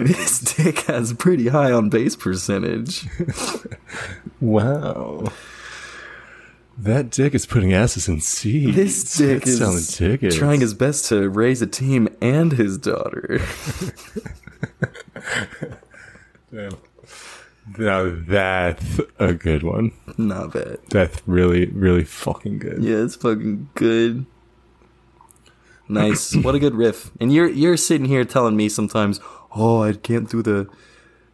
A: This dick has pretty high on base percentage.
B: Wow. That dick is putting asses in seats.
A: This dick
B: That's selling
A: is
B: tickets.
A: trying his best to raise a team and his daughter.
B: Damn. Now that's a good one.
A: not bad.
B: That's really, really fucking good.
A: Yeah, it's fucking good. Nice. what a good riff. And you're you're sitting here telling me sometimes, oh, I can't do the.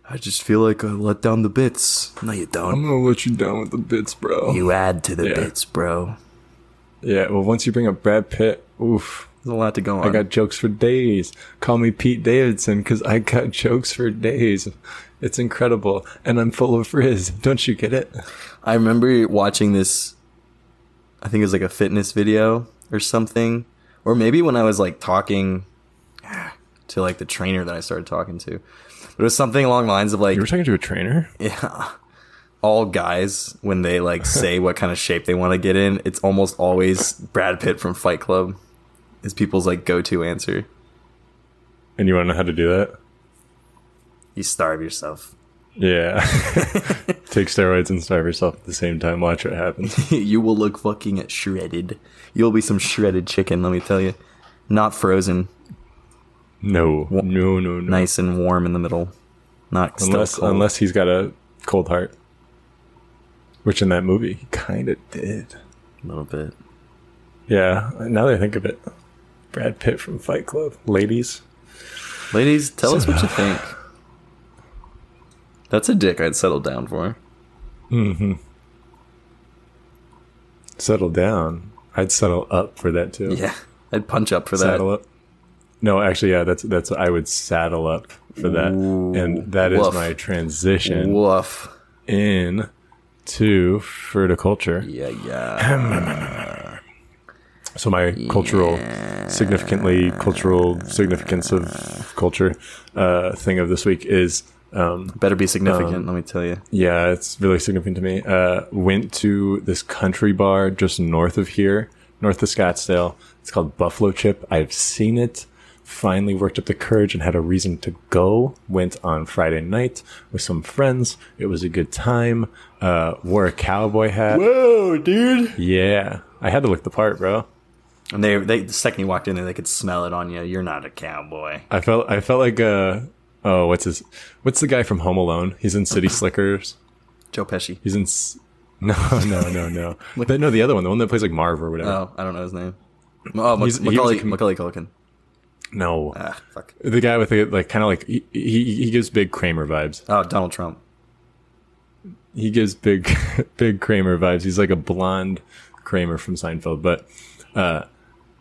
A: I just feel like I let down the bits. No, you don't.
B: gonna let you down with the bits, bro.
A: You add to the
B: Yeah.
A: bits, bro.
B: yeah, well, once you bring up Brad Pitt, oof.
A: There's a lot to go on.
B: I got jokes for days. Call me Pete Davidson because I got jokes for days. It's incredible. And I'm full of frizz. Don't you get it?
A: I remember watching this. I think it was like a fitness video or something, or maybe when I was like talking to like the trainer that I started talking to. But it was something along the lines of like
B: You were talking to a trainer?
A: all guys when they like say what kind of shape they want to get in. It's almost always Brad Pitt from Fight Club. Is people's like go-to answer.
B: And you want to know how to do that?
A: You starve yourself.
B: Yeah. Take steroids and starve yourself at the same time. Watch what happens.
A: you will look fucking shredded. You'll be some shredded chicken, let me tell you. Not frozen.
B: No. No, no, no.
A: nice and warm in the middle. Not still
B: Unless,
A: cold.
B: unless he's got a cold heart. Which in that movie, he kind of did.
A: a little bit.
B: Yeah. Now that I think of it, Brad Pitt from Fight Club. Ladies.
A: Ladies, tell us what you think. That's a dick I'd settle down for.
B: Settle down. I'd settle up for that too.
A: Yeah, I'd punch up for that.
B: saddle up. No, actually, yeah, that's that's I would saddle up for that, and that is
A: woof.
B: my transition
A: Woof.
B: in to fruticulture.
A: Yeah, yeah.
B: So my cultural, significantly cultural significance of culture uh, thing of this week is
A: Better be significant, let me tell you.
B: yeah, it's really significant to me. Uh, went to this country bar just north of here, north of Scottsdale. It's called Buffalo Chip. I've seen it. Finally worked up the courage and had a reason to go. Went on Friday night with some friends. It was a good time. Uh, wore a cowboy hat.
A: Whoa, dude!
B: Yeah, I had to look the part, bro.
A: And they, they, the second you walked in there, they could smell it on you. You're not a cowboy.
B: I felt I felt like uh oh what's his what's the guy from Home Alone? He's in City Slickers.
A: Joe Pesci.
B: He's in. S- no, no, no, no. the, no, the other one, the one that plays like Marv or whatever.
A: Oh, I don't know his name. Oh, Mac-
B: He's- he was a
A: Macaulay,
B: com-
A: Macaulay Culkin.
B: No,
A: Ah, fuck.
B: the guy with the like, kind of like he, he he gives big Kramer vibes.
A: Oh, Donald Trump.
B: He gives big big Kramer vibes. He's like a blonde Kramer from Seinfeld, but uh,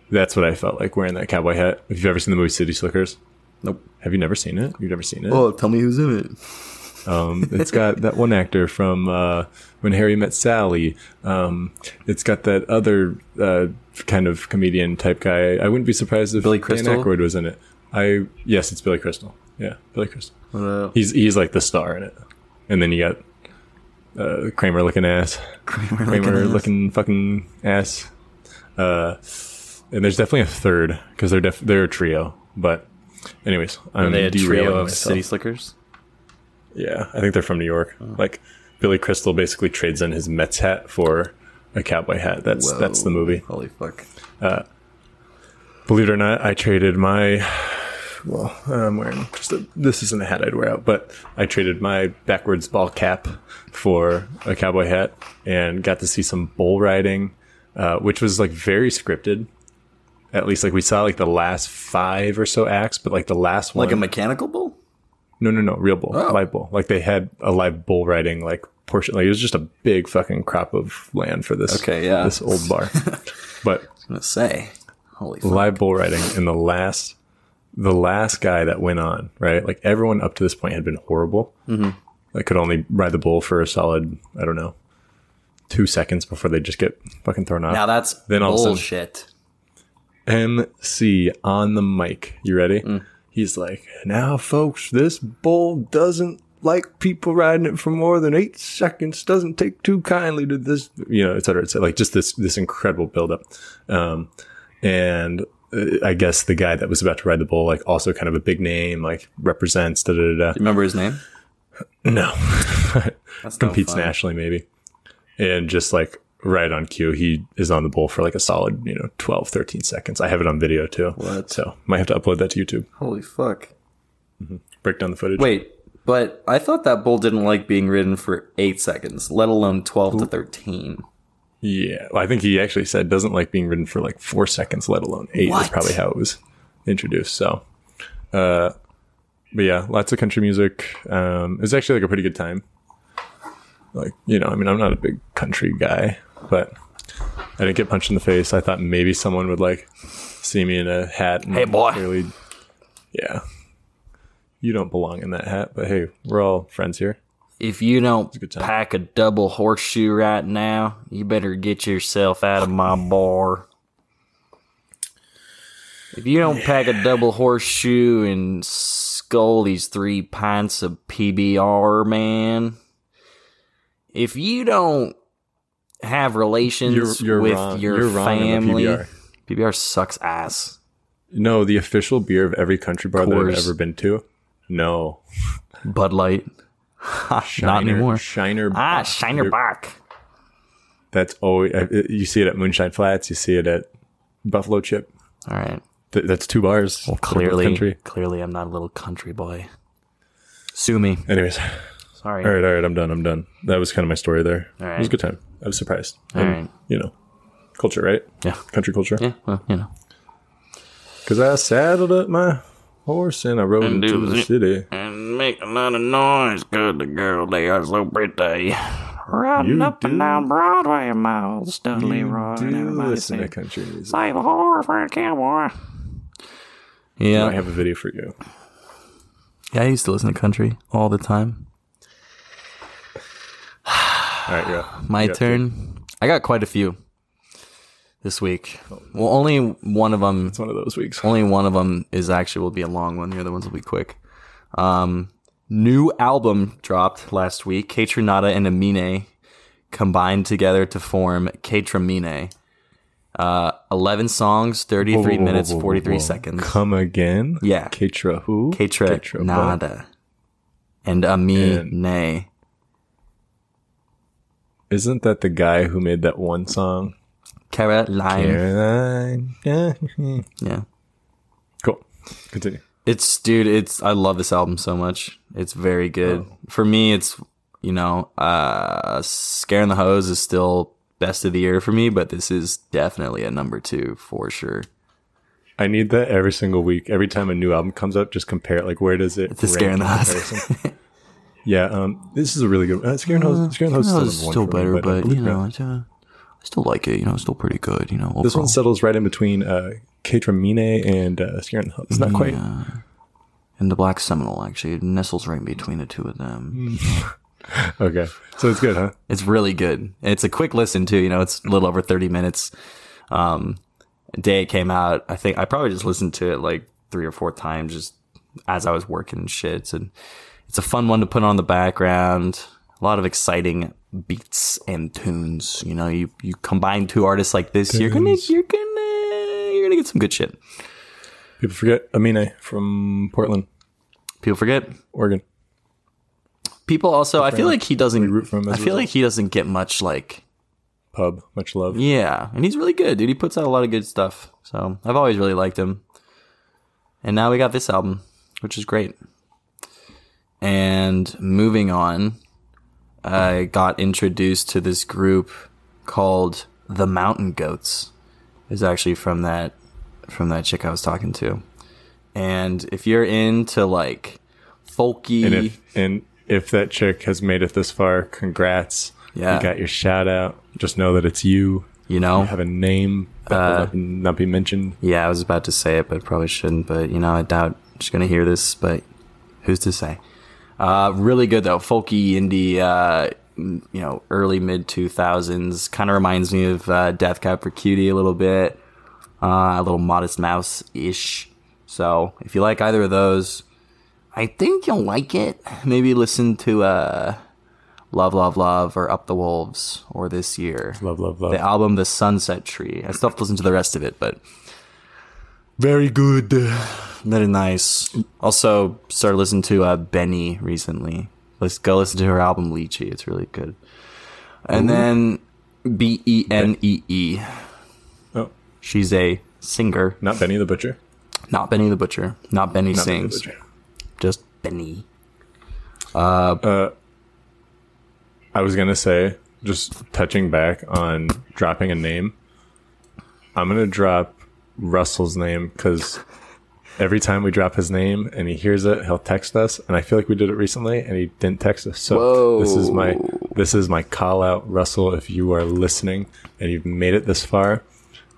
B: that's what I felt like wearing that cowboy hat. If you've ever seen the movie City Slickers,
A: Nope.
B: have you never seen it? You've never seen it.
A: Oh, tell me who's in it.
B: Um, it's got that one actor from uh, When Harry Met Sally. Um, it's got that other uh, kind of comedian type guy. I wouldn't be surprised if
A: Billy Crystal?
B: Dan Aykroyd was in it. I yes, it's Billy Crystal. Yeah, Billy Crystal.
A: What, uh,
B: He's he's like the star in it. And then you got uh, Kramer looking ass,
A: Kramer,
B: Kramer
A: looking-
B: looking fucking ass. Uh, and there's definitely a third because they're def- they're a trio. But anyways, I'm
A: Are they a
B: derailing
A: trio of
B: myself.
A: city slickers?
B: Yeah, I think they're from New York. Like Billy Crystal basically trades in his Mets hat for a cowboy hat. That's that's the
A: Whoa.
B: movie.
A: Holy fuck.
B: Believe it or not, I traded my well, I'm wearing just a, this isn't a hat I'd wear out, but I traded my backwards ball cap for a cowboy hat and got to see some bull riding, uh, which was like very scripted. At least like we saw like the last five or so acts, but like the last one
A: Like a mechanical bull?
B: No, no, no, real bull,
A: Oh.
B: live bull. Like they had a live bull riding like portion. Like it was just a big fucking crop of land for this.
A: Okay, yeah.
B: this old bar. but
A: gonna say, holy fuck.
B: live bull riding and the last the last guy that went on right like everyone up to this point had been horrible mm-hmm. they could only ride the bull for a solid i don't know two seconds before they just get fucking thrown off
A: now that's
B: Then all of a sudden-
A: bullshit.
B: mc on the mic you ready he's like now folks this bull doesn't like people riding it for more than eight seconds doesn't take too kindly to this you know et cetera et cetera like just this this incredible buildup um and uh, I guess the guy that was about to ride the bull, like also kind of a big name, like represents da da da. da.
A: Remember his name?
B: No,
A: That's no
B: competes
A: Oh, fun.
B: nationally maybe, and just like right on cue, he is on the bull for like a solid you know 12, 13 seconds. I have it on video too,
A: What?
B: so might have to upload that to YouTube.
A: Holy fuck.
B: Break down the footage.
A: Wait, but I thought that bull didn't like being ridden for eight seconds, let alone twelve to thirteen.
B: yeah, well, I think he actually said doesn't like being ridden for like four seconds, let alone eight. Is
A: What?
B: probably how it was introduced. So, uh, but yeah, lots of country music. Um, it was actually like a pretty good time. like you know i mean i'm not a big country guy but i didn't get punched in the face i thought maybe someone would like see me in a hat and
A: Hey, boy.
B: clearly yeah you don't belong in that hat but hey we're all friends here
A: If you don't
B: good time.
A: pack a double horseshoe right now, you better get yourself out of my bar. If you don't pack a double horseshoe and skull these three pints of PBR, man. If you don't have relations
B: you're, you're
A: with
B: wrong
A: your
B: you're
A: family,
B: wrong on the PBR.
A: PBR sucks ass.
B: no the official beer of every country bar that i've
A: Coors.
B: ever been to no
A: Bud Light. Not anymore.
B: shiner
A: Ah,
B: Bock.
A: Shiner
B: You're-
A: Bach.
B: that's always uh, you see it at moonshine flats you see it at buffalo chip
A: All right.
B: Th- that's two bars They're both
A: Clearly,
B: country.
A: clearly, I'm not a little country boy. Sue me.
B: anyways
A: Sorry.
B: All right, all right, I'm done. I'm done. That was kind of my story there.
A: All
B: It was a
A: right.
B: good time. I was surprised.
A: All
B: And,
A: right.
B: You know, culture, right?
A: Yeah.
B: Country culture.
A: Yeah. Well, you know.
B: Because I saddled up my horse and I rode
A: And
B: into
A: do
B: the
A: it.
B: city.
A: And make a lot of noise, good the girl. They are so pretty. Riding
B: You
A: up
B: do.
D: and down Broadway, Miles Dudley Roy,
B: Do
D: and everybody
B: listen to
D: sing.
B: country music.
D: Save a whore for a cowboy.
B: I
A: Yeah.
B: have a video for you.
A: Yeah. I used to listen to country all the time.
B: All right, you're up.
A: My
B: Yeah,
A: turn. I got quite a few this week. Well, only one of them
B: It's one of those weeks.
A: Only one of them is actually will be a long one. The other ones will be quick. Um, new album dropped last week. Catronata and Amine combined together to form Catramine. Uh, eleven songs,
B: Whoa, whoa,
A: thirty-three
B: whoa, whoa,
A: minutes,
B: whoa, whoa,
A: forty-three
B: whoa.
A: seconds.
B: Come again?
A: Yeah.
B: Ketra who?
A: Catra
B: what?
A: Nada and Amine.
B: Isn't that the guy who made that one song?
A: Caroline.
B: Caroline. Yeah.
A: Yeah.
B: cool. Continue.
A: It's dude, it's I love this album so much. It's very good.
B: Oh.
A: For me, it's you know, uh Scaring the Hose is still best of the year for me, but this is definitely a number two for sure.
B: I need that every single week. Every time a new album comes up, just compare it. Like, where does it?
A: The Scare in the
B: rank in
A: House.
B: comparison? yeah, um, this is a really good. Uh, Scare in the House. Scare in the House
A: Hose
B: is
A: is
B: number one
A: still
B: for
A: better,
B: me,
A: but, you
B: Blue Crown-
A: know, it's, uh, I still like it, you know, it's still pretty good, you know.
B: this one
A: overall.
B: settles right in between uh, Ketramine and uh, Scare in the House. It's not quite.
A: and the Black Seminole actually it nestles right between the two of them.
B: Okay, so it's good, huh?
A: It's really good. It's a quick listen too. You know, it's a little over thirty minutes. Um, the day it came out, I think I probably just listened to it like three or four times, just as I was working and shit. And it's a fun one to put on the background. A lot of exciting beats and tunes. You know, you you combine two artists like this, you're gonna you're gonna you're gonna get some good shit.
B: People forget Amine from Portland,
A: People forget.
B: Oregon.
A: People also, I feel like he
B: root for him
A: doesn't.
B: as
A: I
B: a
A: feel
B: result.
A: like he doesn't get much like
B: Pub, much love.
A: Yeah, and he's really good, dude. He puts out a lot of good stuff. So I've always really liked him. And now we got this album, which is great. And moving on, I got introduced to this group called the Mountain Goats. It's actually from that from that chick I was talking to. And if you're into like folky.
B: And if and if that chick has made it this far, congrats.
A: Yeah.
B: You got your shout out. Just know that it's you.
A: you know,
B: You have a name that will not, not be mentioned.
A: Yeah, I was about to say it, but probably shouldn't. But you know, I doubt she's gonna hear this. But who's to say? Uh, really good though, folky indie. Uh, m- you know, early mid two thousands kind of reminds me of uh, Death Cab for Cutie a little bit, uh, a little Modest Mouse ish. So if you like either of those, I think you'll like it. Maybe listen to uh, Love, Love, Love or Up the Wolves or this year.
B: Love, love, love.
A: The album The Sunset Tree. I still have to listen to the rest of it, but
B: Very good.
A: very nice. Also, started listening to uh, Benny recently. Let's go listen to her album Lychee. It's really good. And then B E N E E.
B: Oh,
A: She's a singer.
B: not Benny the Butcher.
A: Not Benny the Butcher. Not Benny
B: Not Benny the
A: sings.
B: Butcher.
A: just Benny.
B: I was gonna say, just touching back on dropping a name. I'm gonna drop Russell's name because every time we drop his name and he hears it, he'll text us. And I feel like we did it recently, and he didn't text us. So this is my this is my call out, Russell. If you are listening and you've made it this far,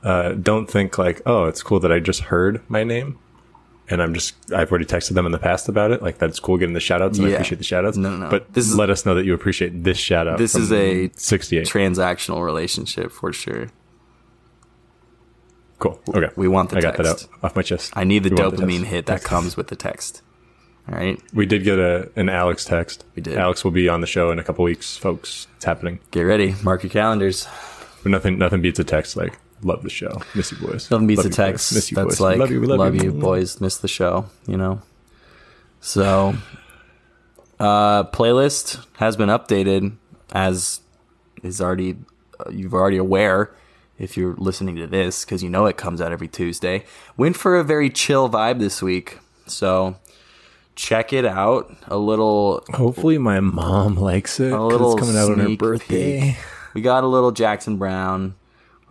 B: uh, don't think like, oh, it's cool that I just heard my name. And I'm just, I've already texted them in the past about it. Like, that's cool getting the shout outs. And I
A: Yeah.
B: appreciate the shout outs.
A: No, no, no.
B: But
A: This is-
B: let us know that you appreciate this shout out.
A: This
B: from
A: is a
B: 68.
A: transactional relationship for sure.
B: cool. Okay.
A: we want the
B: I got
A: text.
B: that out off my chest.
A: I need the
B: We want
A: dopamine
B: text.
A: hit that comes with the text. All right.
B: We did get a an Alex text.
A: We did.
B: Alex will be on the show in a couple weeks, folks. It's happening.
A: Get ready. Mark your calendars.
B: But nothing nothing beats a text like love the show. Miss you boys.
A: Nothing beats
B: Love
A: a
B: you boys.
A: text
B: Miss you
A: that's
B: boys.
A: like, love you,
B: we love, you. Mm.
A: boys, miss the show, you know? So, uh, playlist has been updated, as is already, uh, you're already aware if you're listening to this, because you know it comes out every Tuesday. Went for a very chill vibe this week. So, check it out. A little
B: Hopefully my mom likes it. 'cause
A: little
B: it's coming out on her
A: sneak
B: birthday.
A: peek. We got a little Jackson Brown.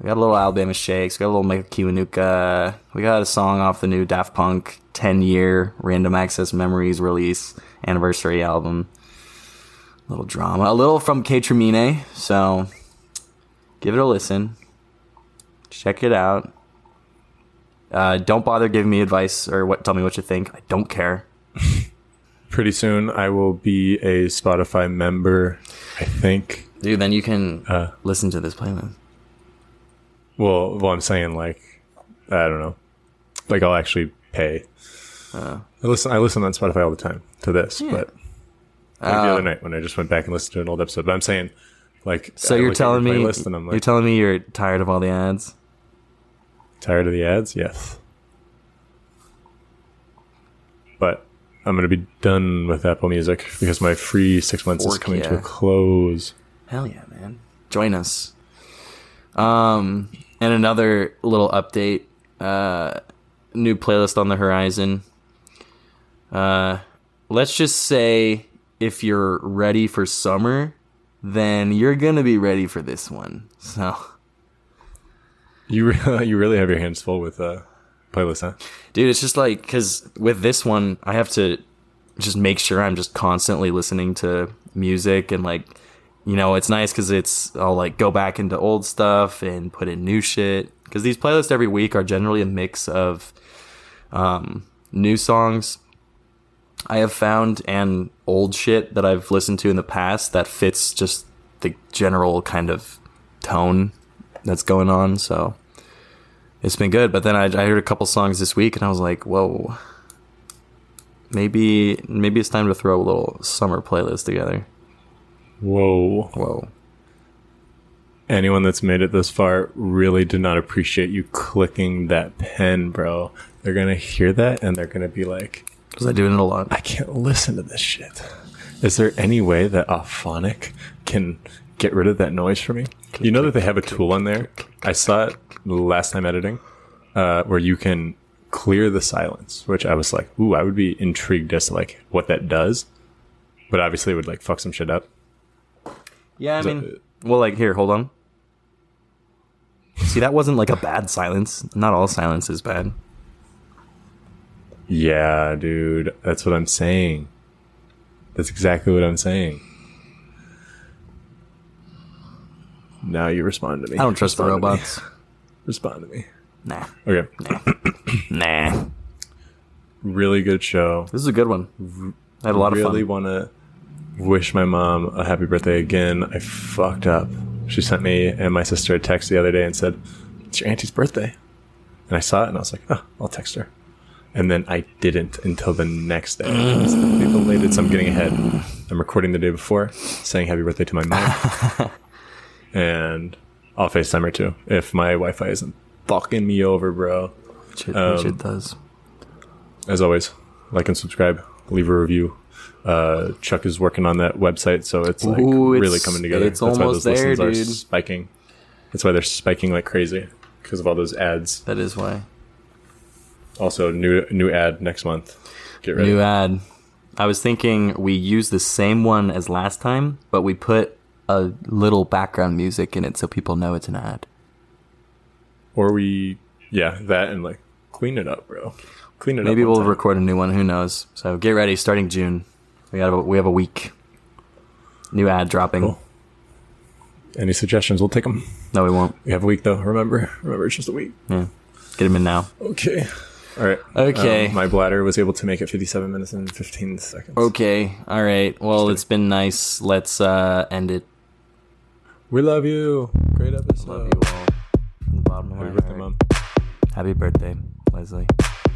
A: We got a little Alabama Shakes. We got a little Michael Kiwanuka. We got a song off the new Daft Punk 10 year Random Access Memories release anniversary album. A little drama. A little from K Tremine. So give it a listen. Check it out. Uh, don't bother giving me advice or what. Tell me what you think. I don't care.
B: Pretty soon I will be a Spotify member, I think.
A: Dude, then you can
B: Uh.
A: listen to this playlist.
B: Well, well, I'm saying like, I don't know, like I'll actually pay. I listen, I listen on Spotify all the time to this, but like the other night when I just went back and listened to an old episode. But I'm saying, like,
A: So
B: I
A: you're
B: look at your
A: telling me
B: playlist and I'm
A: you're
B: like
A: telling me you're tired of all the ads.
B: tired of the ads. Yes, but I'm gonna be done with Apple Music because my free six months is
A: Fork
B: coming to
A: yeah.
B: a close.
A: Hell yeah, man! Join us. Um, and another little update. Uh, new playlist on the horizon. Uh, let's just say if you're ready for summer, then you're gonna be ready for this one. So,
B: You re- you really have your hands full with uh, playlist, huh?
A: dude, it's just like because with this one, I have to just make sure I'm just constantly listening to music and like you know it's nice because it's I'll like go back into old stuff and put in new shit because these playlists every week are generally a mix of um, new songs I have found and old shit that I've listened to in the past that fits just the general kind of tone that's going on so it's been good but then I, I heard a couple songs this week and I was like whoa maybe maybe it's time to throw a little summer playlist together.
B: Whoa.
A: Whoa.
B: anyone that's made it this far really did not appreciate you clicking that pen, bro. They're gonna hear that and they're gonna be like,
A: Was I doing it a lot?
B: I can't listen to this shit. Is there any way that Auphonic can get rid of that noise for me? You know that they have a tool on there. I saw it last time editing, uh, where you can clear the silence, which I was like, ooh, I would be intrigued as to like what that does. But obviously it would like fuck some shit up.
A: Yeah, I
B: that-
A: mean, well, like here, hold on. See, that wasn't like a bad silence. Not all silence is bad.
B: Yeah, dude. That's what I'm saying. That's exactly what I'm saying. Now you respond to me.
A: I don't trust the
B: Respond to me.
A: robots.
B: Respond to me.
A: Nah.
B: Okay.
A: Nah.
B: Really good show.
A: This is a good one. I had a lot of
B: really
A: fun.
B: want to wish my mom a happy birthday again. I fucked up. She sent me and my sister a text the other day and said, "It's your auntie's birthday," and I saw it and I was like, "Oh, I'll text her." And then I didn't until the next day. It's the belated, so I'm getting ahead. I'm recording the day before, saying happy birthday to my mom, and I'll Facetime her too if my Wi-Fi isn't fucking me over, bro.
A: Which it, which
B: Um,
A: it does.
B: As always, like and subscribe, leave a review. Uh, Chuck is working on that website, so it's like
A: Ooh,
B: really
A: it's-
B: coming together.
A: it's almost there,
B: listens
A: dude.
B: are spiking. That's why they're spiking like crazy because of all those ads.
A: That is why.
B: Also, new new ad next month. Get ready.
A: New ad. I was thinking we use the same one as last time, but we put a little background music in it so people know it's an ad.
B: or we, yeah, that and like clean it up, bro. Clean it up.
A: Maybe
B: one
A: we'll
B: time.
A: record a new one. Who knows? So get ready. Starting June, we got a, we have a week. New ad dropping.
B: Cool. Any suggestions? We'll take them.
A: No, we won't.
B: We have a week though. Remember, remember, it's just a week.
A: Get him in now.
B: Okay. All right.
A: Okay.
B: Um, my bladder was able to make it 57 minutes and 15 seconds.
A: Oh. Okay. All right. Well, it's been nice. Let's uh, end it.
B: We love you. Great episode.
A: Love you all. From the bottom of my
B: Happy birthday,
A: heart.
B: Mom.
A: Happy birthday, Leslie.